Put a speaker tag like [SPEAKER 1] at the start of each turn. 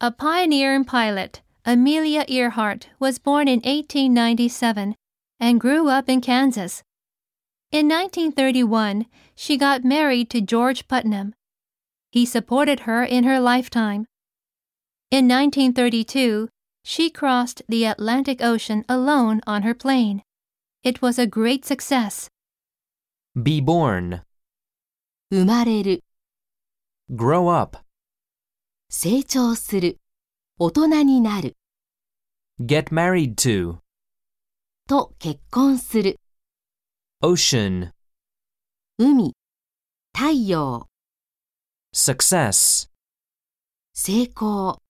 [SPEAKER 1] A pioneer and pilot, Amelia Earhart was born in 1897 and grew up in Kansas. In 1931, she got married to George Putnam. He supported her in her lifetime. In 1932, she crossed the Atlantic Ocean alone on her plane. It was a great success.
[SPEAKER 2] Be born.
[SPEAKER 3] 生まれる、
[SPEAKER 2] Grow up.
[SPEAKER 3] 成長する、大人になる、
[SPEAKER 2] Get married to.
[SPEAKER 3] と結婚する、
[SPEAKER 2] Ocean.
[SPEAKER 3] 海、太陽、
[SPEAKER 2] Success.
[SPEAKER 3] 成功。